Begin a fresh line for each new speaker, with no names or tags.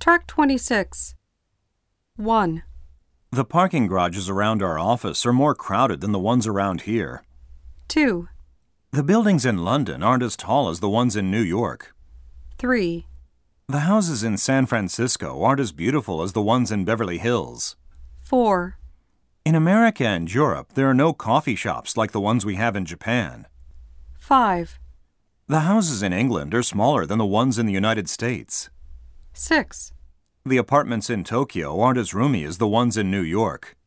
Track 26. 1,
The parking garages around our office are more crowded than the ones around here.
2,
The buildings in London aren't as tall as the ones in New York.
3,
The houses in San Francisco aren't as beautiful as the ones in Beverly Hills.
4,
In America and Europe, there are no coffee shops like the ones we have in Japan.
5,
The houses in England are smaller than the ones in the United States.
6.
The apartments in Tokyo aren't as roomy as the ones in New York.